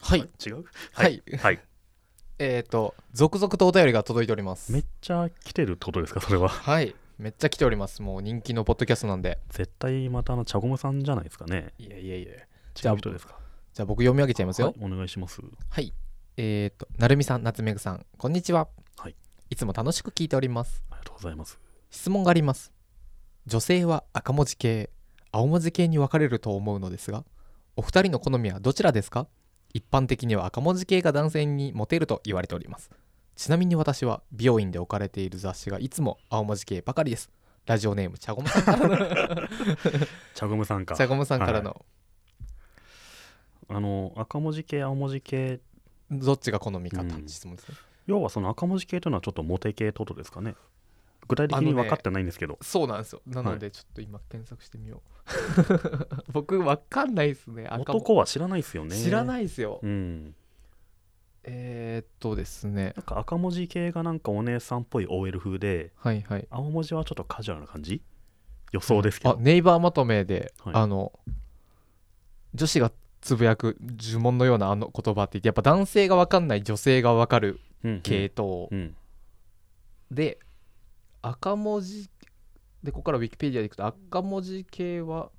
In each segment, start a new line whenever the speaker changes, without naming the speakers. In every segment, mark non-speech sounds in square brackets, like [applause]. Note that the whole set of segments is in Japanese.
は
あ
い
れ違う
はい、
はい
えっ、と続々とお便りが届いております
めっちゃ来てるってことですかそれ
[laughs]
は
はいめっちゃ来ておりますもう人気のポッドキャストなんで
絶対またあのチャゴムさんじゃないですかね
いやいやいや
違う人ですか
じゃあ僕読み上げちゃいますよ
はい、お願いします
はい。えっ、と、なるみさん、なつめぐさん、こんにちは。
はい。
いつも楽しく聞いております。
ありがとうございます
質問があります。女性は赤文字系、青文字系に分かれると思うのですが、お二人の好みはどちらですか一般的には赤文字系が男性にモテると言われております。ちなみに私は美容院で置かれている雑誌がいつも青文字系ばかりです。ラジオネームチャゴムさんからの
チャゴムさんか
チャゴムさんからの
あの赤文字系青文字系
どっちが好みかって
うん
質問ですね。
要はその赤文字系というのはちょっとモテ系ってことですかね具体的
あの
に
ね
分かってないんですけど、
そうなんですよなのでちょっと今検索してみよう、 [laughs] 僕わかんないですね赤も
男は知らないですよね
知ら
い
ないですよ、
うん
えー、っとですね
なんか赤文字系がなんかお姉さんっぽい OL 風で
はいはい
青文字はちょっとカジュアルな感じ予想ですけ
あ
ど、
ネイバーまとめで、
はい
あの女子がつぶやく呪文のようなあの言葉って言ってやっぱ男性がわかんない女性がわかる
うんうん
系統
うん、
で、赤文字でここからウィキペディアでいくと赤文字系は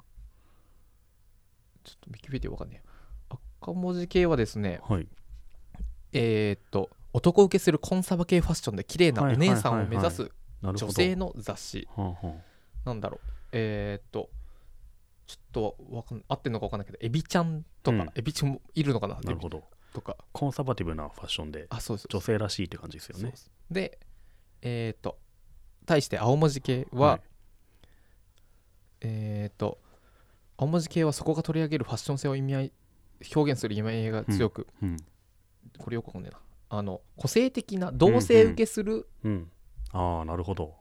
ちょっとウィキペディアわかんねえ赤文字系はですね、
はい
えーっと男受けするコンサバ系ファッションで綺麗なお
はいはい
姉さんを目指す
なるほど
女性の雑誌
はあはあ
なんだろうえーっとちょっとわかん合ってんのかわかんないけどエビちゃんとか、
うん
エビちゃんもいるのかな
なるほど
とか
コンサバティブなファッションで
あそうです
女性らしいって感じですよ
そう
ね
ですでえーっと対して青文字系は、
い
えーっと青文字系はそこが取り上げるファッション性を意味合い表現する意味合いが強く、
うん
これよくわかんねえなあの個性的な同性受けする、
うん、ああなるほど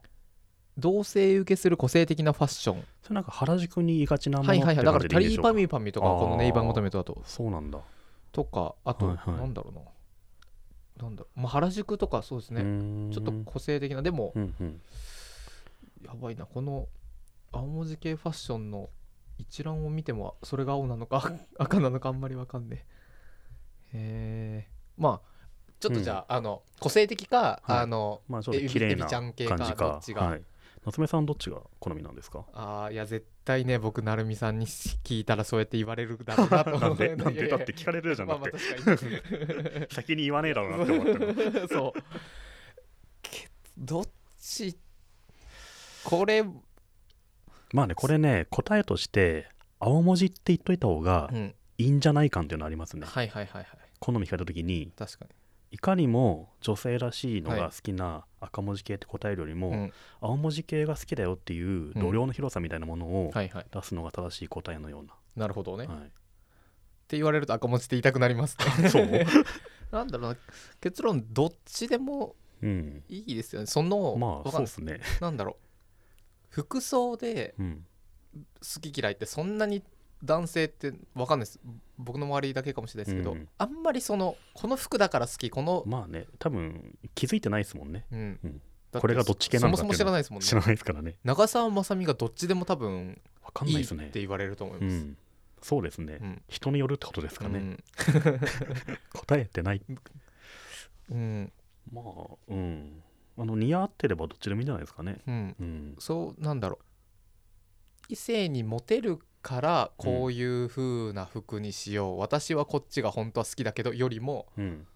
同性受けする個性的なファッション
それなんか原宿にいがちなもの
は
っ
い
て
はいはい。だか
感
ら
じ
タ
でいいんでし
リー
ょう
パミュパミュとか
あー
このネイバー求めとだと
そうなんだ、
とかあと、
はいはい
なんだろうななんだろう、まあ、原宿とかそうです
う
ね
ーん
ちょっと個性的なでも
うんうん
やばいなこの青文字系ファッションの一覧を見てもそれが青な
[laughs]
のか赤なのかあんまりわかんねえへえまあちょっとじゃあ,、あの個性的
は
か、
い
あの
まあちょっと綺麗な
エビちゃ
感
ん
じ
系
か
かどっちが
はい、夏目さんどっちが好みなんです
[laughs]
か
あーいや絶対ね僕成美さんに聞いたらそうやって言われるだろうなと思
なん
う
でなん
いや
で
いや
だって聞かれるじゃん
[laughs] ま
だ
あ
っ
ま
て
あ確か
[laughs]
に
先に言わねえだろうなって思
[laughs]
ってる
そうけどっちこれ、う
まあねこれね答えとして青文字って言っといた方が
ん、
いいんじゃない感っていうのありますね
はいはいはいはい
好み聞かれた時に
確か
いかにも女性らしいのが好きな赤文字系って答えるよりも、
に、うん、
青文字系が好きだよっていう度量の広さみたいなものを
はいはい
出すのが正しい答えのような、
なるほどね、っ
はい、
て言われると赤文字って言いたくなりますね
[laughs]
[laughs]
そう
なんだろうな結論どっちでも
うん、
いいですよねその、
まあ
わか
そう
んな
で
い
すね、
なんだろう服装で
うん、
好き嫌いってそんなに男性ってわかんないです僕の周りだけかもしれないですけど、
うん
あんまりそのこの服だから好きこの、
まあね多分気づいてないですもんね
うん
うん
だて
これがどっち系なのか
そもそも知らないですもんね
知らないですからね
長澤まさみがどっちでも多分
わかん
い
ないで
いっ
すね
て言われると思いうます。
ん、そうですね、
うん
人によるってことですかね、答えてない
うんうん
まあうんあの似合ってればどっちでもいいんじゃないですかね
うん
うん
そうなんだろう異性にモテるからこういう風な服にしよう、私はこっちが本当は好きだけどよりも
うん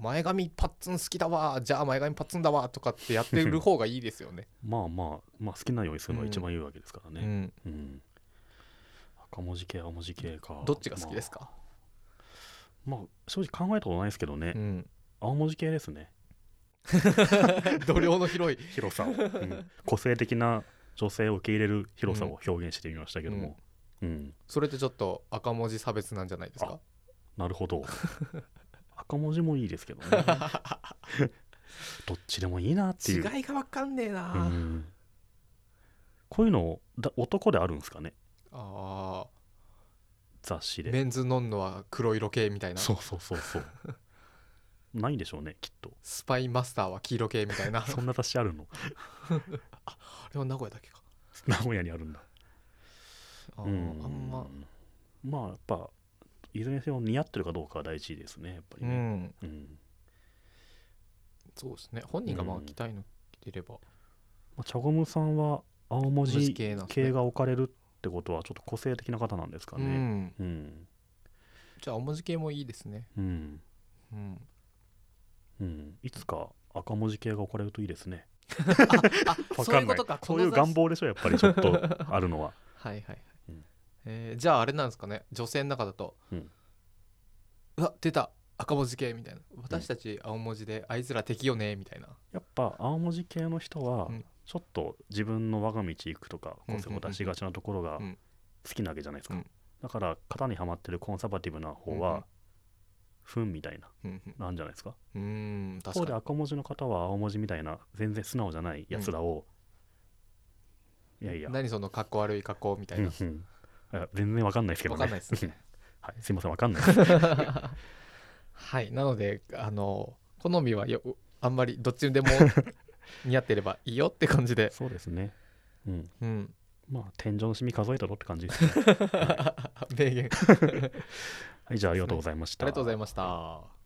前髪パッツン好きだわじゃあ前髪パッツンだわとかってやってる方がいいですよね。
まあまあまあ好きなようにするのが一番いいわけですから
う
ね
ん、
うん、赤文字系青文字系か
どっちが好きですか、
まあ、まあ正直考えたことないですけどね、
うん、
青文字系ですね
度量の広い、
広さを、うん [laughs] 個性的な女性を受け入れる広さを表現してみましたけども、うん
それってちょっと赤文字差別なんじゃないですか
なるほ [laughs] ど赤文字もいいですけ [laughs] どねどっちでもいいなっていう、
違いが分かんねえな、
う
あ
んこういうのだ男であるんですかね
あ
雑誌
ー
で
メンズノンノは黒色系みたいな
そうそうそう [laughs] そうないんでしょうねきっと
スパイマスターは黄色系みたいな
そんな雑誌あるの
あれは名古屋だけか
名古屋にあるんだ
あ,、
うん
あんま
まあやっぱいずれにせよ似合ってるかどうかは大事ですねやっぱり
う
ね、
ん
うん
そうですね本人がまあ
うん
着たいの着てれば、
まあ、チャゴムさんは青文
文字
字
系なんですね
系が置かれるってことはちょっと個性的な方なんですか
う
ね
ん、
うん
じゃあ青文字系もいいですね
うん、
うん
うん、いつか赤文字系が置かれるといいですね
[laughs] あ
[laughs] わ
そう
か
いうんこ
ない
とか
そういう
この雑
願
誌
望でしょやっぱりちょっとあるのは
はいはいはい、
うん
えーじゃああれなんですかね女性の中だと、う
うん
わ出た赤文字系みたいな私たち青文字であいつら敵よねみたいな、
やっぱ青文字系の人は
うん
ちょっと自分の我が道行くとか
うん
個性を出しがちなところが
うん
好きなわけじゃないですか、
うん
だから型にはまってるコンサバティブな方
うんうん
はフンみたいな
うん
なんじゃないですか
うん、うーん
一方で
確かに
赤文字の方は青文字みたいな全然素直じゃないやつらを、いやいや
何そのかっこ悪い格好みたいな、
うんうんいや全然わかんないですけどね
わかんないですね
[laughs] はい、すいませんわかんない
[laughs]
です
はいなのであの好みはよあんまりどっちでも似合ってればいいよって感じで、
そうですねうん
うん、
まあ天井のシミ数えたろって感じですね
名言あり
はいじゃあありがとうございまし
が
た
とうございました。